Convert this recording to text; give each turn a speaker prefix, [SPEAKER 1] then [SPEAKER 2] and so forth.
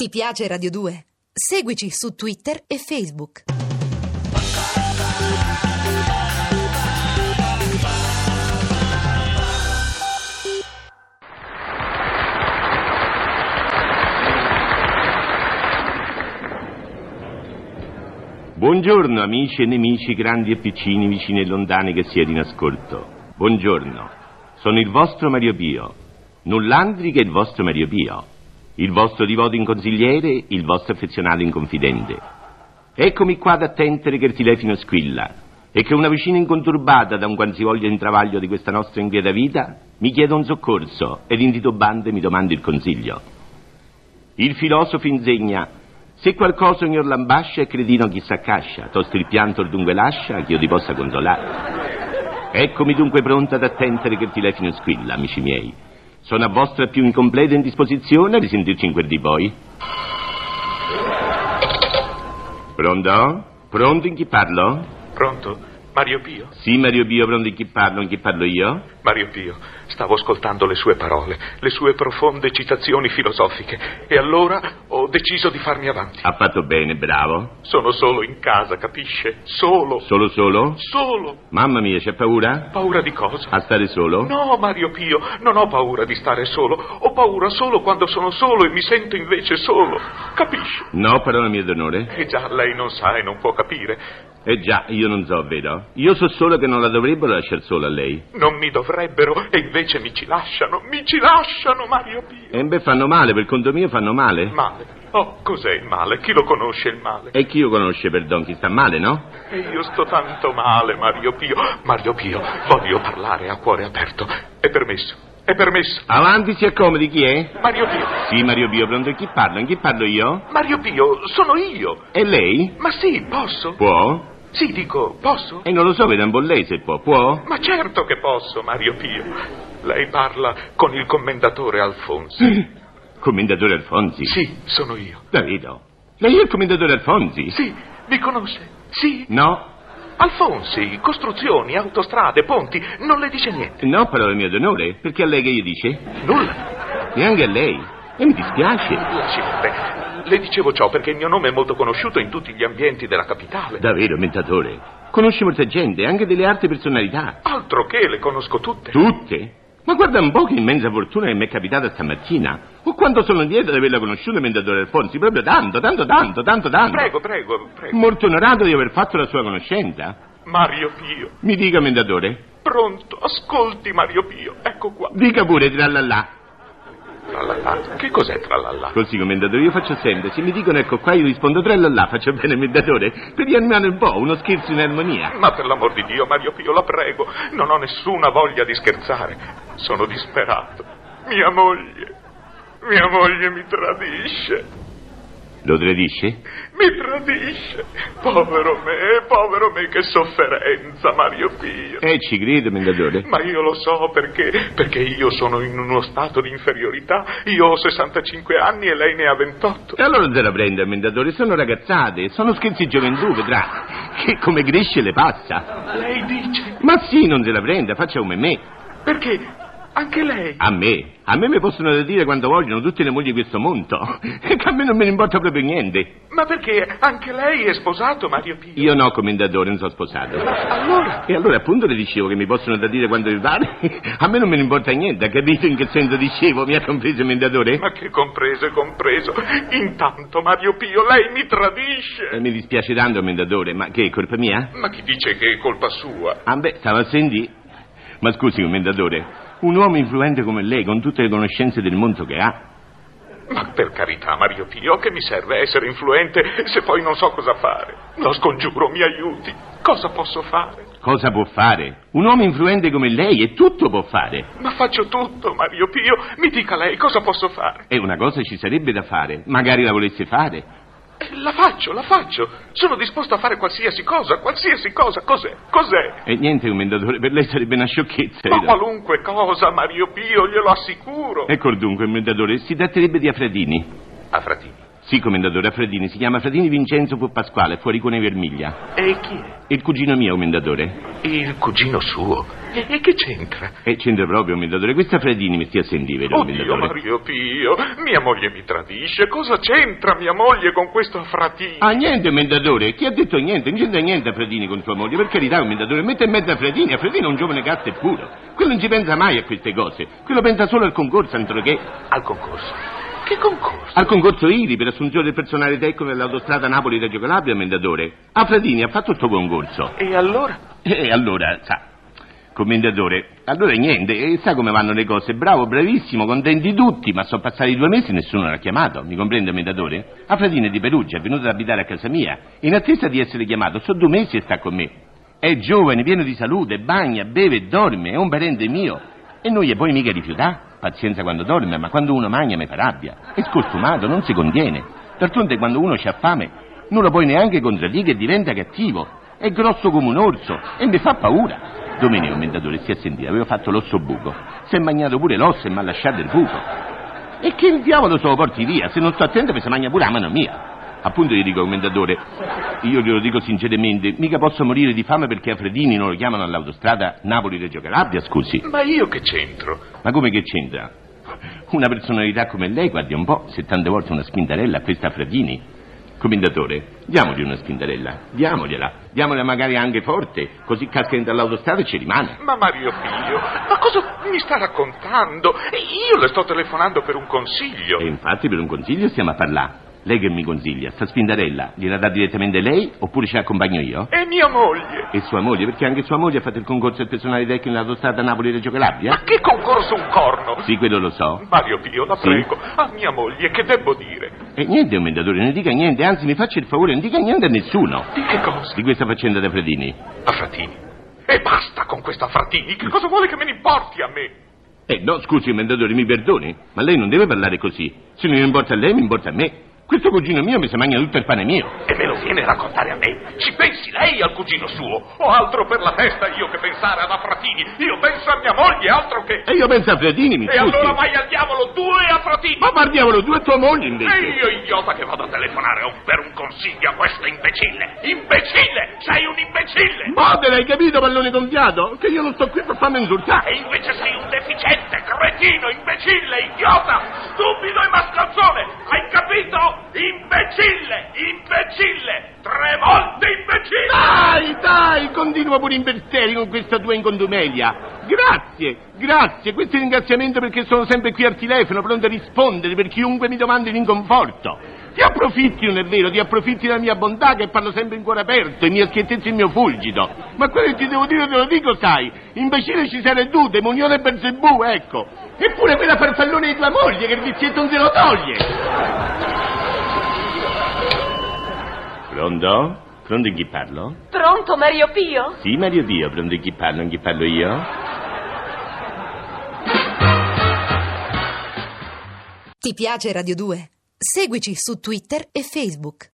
[SPEAKER 1] Ti piace Radio 2? Seguici su Twitter e Facebook.
[SPEAKER 2] Buongiorno amici e nemici, grandi e piccini, vicini e lontani che siete in ascolto. Buongiorno, sono il vostro Mario Pio, null'altri che il vostro Mario Pio, il vostro divoto in consigliere, il vostro affezionato in confidente. Eccomi qua ad attendere che il telefono squilla e che una vicina inconturbata da un qualsivoglia intravaglio di questa nostra inquieta vita mi chiede un soccorso ed intitubante mi domanda il consiglio. Il filosofo insegna se qualcosa ognor lambascia e credino chissà cascia, tosto il pianto or dunque lascia che io ti possa consolare. Eccomi dunque pronta ad attendere che il telefono squilla, amici miei. Sono a vostra più incompleta indisposizione a risentirci in quel di poi. Pronto? Pronto in chi parlo?
[SPEAKER 3] Pronto? Mario Pio?
[SPEAKER 2] Sì, Mario Bio, pronto in chi parlo? In chi parlo io?
[SPEAKER 3] Mario Pio, stavo ascoltando le sue parole, le sue profonde citazioni filosofiche e allora ho deciso di farmi avanti.
[SPEAKER 2] Ha fatto bene, bravo.
[SPEAKER 3] Sono solo in casa, capisce? Solo,
[SPEAKER 2] Solo solo?
[SPEAKER 3] solo.
[SPEAKER 2] Mamma mia, c'è paura?
[SPEAKER 3] Paura di cosa?
[SPEAKER 2] A stare solo?
[SPEAKER 3] No, Mario Pio, non ho paura di stare solo, ho paura solo quando sono solo e mi sento invece solo, capisce?
[SPEAKER 2] No, parola mia d'onore.
[SPEAKER 3] E già lei non sa e non può capire.
[SPEAKER 2] Eh già, io non so, vero? Io so solo che non la dovrebbero lasciare sola a lei.
[SPEAKER 3] Non mi dovrebbero e invece mi ci lasciano, mi ci lasciano, Mario Pio.
[SPEAKER 2] E beh, fanno male, per conto mio fanno male.
[SPEAKER 3] Male. Oh, cos'è il male? Chi lo conosce il male?
[SPEAKER 2] E chi io conosce, perdon, chi sta male, no?
[SPEAKER 3] E io sto tanto male, Mario Pio. Mario Pio, voglio parlare a cuore aperto. È permesso, è permesso.
[SPEAKER 2] Avanti, si accomodi, chi è?
[SPEAKER 3] Mario Pio,
[SPEAKER 2] Sì, Mario Bio, pronto, chi parla? In chi parlo io?
[SPEAKER 3] Mario Pio, sono io.
[SPEAKER 2] E lei?
[SPEAKER 3] Ma sì, posso?
[SPEAKER 2] Può?
[SPEAKER 3] Sì, dico, posso?
[SPEAKER 2] E non lo so, vedo un po' lei se può. Può?
[SPEAKER 3] Ma certo che posso, Mario Pio. Lei parla con il commendatore Alfonso.
[SPEAKER 2] Commendatore Alfonsi?
[SPEAKER 3] Sì, sono io.
[SPEAKER 2] Davvero? Lei è il commendatore Alfonsi?
[SPEAKER 3] Sì, mi conosce? Sì.
[SPEAKER 2] No?
[SPEAKER 3] Alfonsi, costruzioni, autostrade, ponti, non le dice niente.
[SPEAKER 2] No, parola mia d'onore, perché a lei che io dice?
[SPEAKER 3] Nulla.
[SPEAKER 2] Neanche a lei. E mi dispiace.
[SPEAKER 3] Lasci perdere. Le dicevo ciò perché il mio nome è molto conosciuto in tutti gli ambienti della capitale.
[SPEAKER 2] Davvero, mentatore. Conosce molta gente, anche delle altre personalità.
[SPEAKER 3] Altro che le conosco tutte.
[SPEAKER 2] Tutte? Ma guarda un po' che immensa fortuna che mi è capitata stamattina. O quanto sono lieto di averla conosciuto, Mendatore Alfonsi, proprio tanto, tanto, tanto, tanto, tanto.
[SPEAKER 3] Prego, prego, prego.
[SPEAKER 2] Molto onorato di aver fatto la sua conoscenza.
[SPEAKER 3] Mario Pio,
[SPEAKER 2] Mi dica, Mendatore,
[SPEAKER 3] pronto, ascolti Mario Pio, ecco qua.
[SPEAKER 2] dica pure tralala.
[SPEAKER 3] Tralala. Che cos'è tralala?
[SPEAKER 2] Così, Commendatore, io faccio sempre, se mi dicono ecco qua, io rispondo tralala, faccio bene, Mendatore, per animare un po', uno scherzo in armonia.
[SPEAKER 3] Ma per l'amor di Dio, Mario Pio, la prego, non ho nessuna voglia di scherzare. Sono disperato. Mia moglie, mia moglie mi tradisce,
[SPEAKER 2] Lo tradisce?
[SPEAKER 3] mi tradisce. Povero me, povero me, che sofferenza, Mario Pio.
[SPEAKER 2] Eh, ci credo, Mendatore.
[SPEAKER 3] Ma io lo so perché, perché io sono in uno stato di inferiorità. Io ho 65 anni e lei ne ha 28.
[SPEAKER 2] E allora non se la prenda, Mendatore, sono ragazzate, sono scherzi di gioventù, vedrà, che come cresce le passa.
[SPEAKER 3] Lei dice,
[SPEAKER 2] Ma sì, non se la prenda, faccia come me.
[SPEAKER 3] perché anche lei.
[SPEAKER 2] A me? A me mi possono dire quando vogliono tutte le mogli di questo mondo. E che a me non me ne importa proprio niente.
[SPEAKER 3] Ma perché anche lei è sposato, Mario Pio?
[SPEAKER 2] Io no, commendatore, non sono sposato.
[SPEAKER 3] Allora?
[SPEAKER 2] E allora appunto le dicevo che mi possono da dire quando mi pare. A me non me ne importa niente, ha capito in che senso dicevo? Mi ha compreso, commendatore?
[SPEAKER 3] Ma che compreso è compreso. Intanto, Mario Pio, lei mi tradisce.
[SPEAKER 2] Eh, mi dispiace tanto, commendatore, ma che è colpa mia?
[SPEAKER 3] Ma chi dice che è colpa sua?
[SPEAKER 2] Ah beh, stava a sentire. Ma scusi, commendatore, un uomo influente come lei, con tutte le conoscenze del mondo che ha,
[SPEAKER 3] Ma per carità, Mario Pio, che mi serve essere influente se poi non so cosa fare? Lo scongiuro, mi aiuti. Cosa posso fare?
[SPEAKER 2] cosa può fare? Un uomo influente come lei e tutto può fare.
[SPEAKER 3] Ma faccio tutto, Mario Pio. Mi dica lei cosa posso fare.
[SPEAKER 2] E una cosa ci sarebbe da fare, magari la volesse fare.
[SPEAKER 3] Eh, La faccio, la faccio. Sono disposto a fare qualsiasi cosa, qualsiasi cosa. Cos'è? Cos'è?
[SPEAKER 2] E niente, commendatore, per lei sarebbe una sciocchezza. eh,
[SPEAKER 3] Ma
[SPEAKER 2] vedo.
[SPEAKER 3] qualunque cosa, Mario Pio, glielo assicuro.
[SPEAKER 2] Ecco dunque, commendatore, si tratterebbe di Afradini.
[SPEAKER 3] A fratini.
[SPEAKER 2] Sì, commendatore, a Fradini. Si chiama Fradini Vincenzo Puppasquale, fuori con Vermiglia.
[SPEAKER 3] E chi è?
[SPEAKER 2] Il cugino mio, commendatore.
[SPEAKER 3] Il cugino suo. E e che c'entra?
[SPEAKER 2] E c'entra proprio, commendatore. Questa Fradini mi stia a sentire, vero,
[SPEAKER 3] Oddio
[SPEAKER 2] commendatore?
[SPEAKER 3] Mario Pio, mia moglie mi tradisce. Cosa c'entra mia moglie con questo fratino?
[SPEAKER 2] Ah, niente, commendatore. Chi ha detto niente? Non c'entra niente a Fradini con sua moglie. Per carità, commendatore, mette in mezzo a Fradini. A Fradini è un giovane cazzo e puro. Quello non ci pensa mai a queste cose. Quello pensa solo al concorso, altro che...
[SPEAKER 3] Al concorso. Che concorso?
[SPEAKER 2] Al concorso IRI per assunzione del personale tecnico dell'autostrada Napoli-Reggio Calabria, commendatore. A Fradini ha fatto sto concorso.
[SPEAKER 3] E allora?
[SPEAKER 2] E Eh, allora, sa, commendatore, allora niente, e sa come vanno le cose? Bravo, bravissimo, contenti tutti, ma sono passati due mesi e nessuno l'ha chiamato, mi comprende, commendatore? A Fradine di Perugia è venuto ad abitare a casa mia, in attesa di essere chiamato, sono due mesi e sta con me. È giovane, pieno di salute, bagna, beve e dorme, è un parente mio. E noi e poi mica rifiutà? Pazienza quando dorme, ma quando uno mangia mi fa rabbia. È scostumato, non si contiene. D'altronde quando uno c'ha fame non lo puoi neanche contraddire e diventa cattivo. È grosso come un orso e mi fa paura. Domenica, commendatore, si è sentito, aveva fatto l'osso buco. Si è mangiato pure l'osso e mi ha lasciato il buco. E che il diavolo se lo porti via? Se non sto attento mi si mangia pure la mano mia. Appunto gli dico, commendatore, io glielo dico sinceramente, mica posso morire di fame perché a Fredini non lo chiamano all'autostrada Napoli-Reggio Calabria, scusi.
[SPEAKER 3] Ma io che c'entro?
[SPEAKER 2] Ma come che c'entra? Una personalità come lei, guardi un po', se tante volte una spintarella a questa Fradini. Commendatore, diamogli una spintarella, diamogliela, diamogliela magari anche forte, così casca in dall'autostrada e ci rimane.
[SPEAKER 3] Ma Mario Pio, ma cosa mi sta raccontando? Io le sto telefonando per un consiglio.
[SPEAKER 2] E infatti per un consiglio stiamo a parlare. Lei che mi consiglia, sta spintarella gliela dà direttamente lei oppure ce l'accompagno io?
[SPEAKER 3] E mia moglie?
[SPEAKER 2] E sua moglie, perché anche sua moglie ha fatto il concorso del personale tecnico dell'autostrada Napoli-Reggio Calabria?
[SPEAKER 3] Ma che concorso un corno?
[SPEAKER 2] Sì, quello lo so.
[SPEAKER 3] Mario Pio, la
[SPEAKER 2] Sì.
[SPEAKER 3] prego, a mia moglie che devo dire?
[SPEAKER 2] E niente, commendatore, non dica niente, anzi mi faccia il favore, non dica niente a nessuno.
[SPEAKER 3] Di che cosa?
[SPEAKER 2] Di questa faccenda da Fredini.
[SPEAKER 3] A Fratini. E basta con questa Fratini, che cosa vuole che me ne importi a me?
[SPEAKER 2] Eh no, scusi, commendatore, mi perdoni, ma lei non deve parlare così. Se non importa a lei, mi importa a me. Questo cugino mio mi si mangia tutto il pane mio.
[SPEAKER 3] E me lo viene a raccontare a me? Ci pensi lei al cugino suo? Ho altro per la testa io che pensare ad Afratini. Io penso a mia moglie, altro che...
[SPEAKER 2] E io penso a Fredini, mi scusi.
[SPEAKER 3] E allora vai al diavolo tu e Afratini!
[SPEAKER 2] Ma parliamolo tu e tua moglie invece.
[SPEAKER 3] E io, idiota, che vado a telefonare a un- per un consiglio a questo imbecille! Imbecille! Sei un imbecille!
[SPEAKER 2] Modera, hai Boh, capito, pallone gonfiato? Che io non sto qui per farmi insultare.
[SPEAKER 3] E invece sei un deficiente, cretino, imbecille, idiota, stupido e mascalzone! Hai capito? Imbecille! Imbecille! Tre volte imbecille!
[SPEAKER 2] Dai, dai, continua pure in berteri con questa tua incondumelia. Grazie, grazie, questo è un ringraziamento perché sono sempre qui al telefono, pronto a rispondere per chiunque mi domandi l'inconforto. Ti approfitti, non è vero, ti approfitti della mia bontà che parlo sempre in cuore aperto, i miei schiettezzi e il mio fulgido. Ma quello che ti devo dire te lo dico, sai. Imbecille ci sarei tu, demonione e Berzebù, ecco. Eppure quella farfallone di tua moglie che il vizietto non se lo toglie. Pronto? Pronto in chi parlo?
[SPEAKER 4] Pronto, Mario Pio?
[SPEAKER 2] Sì, Mario Dio, pronto chi parlo, non chi parlo io?
[SPEAKER 1] Ti piace Radio 2? Seguici su Twitter e Facebook.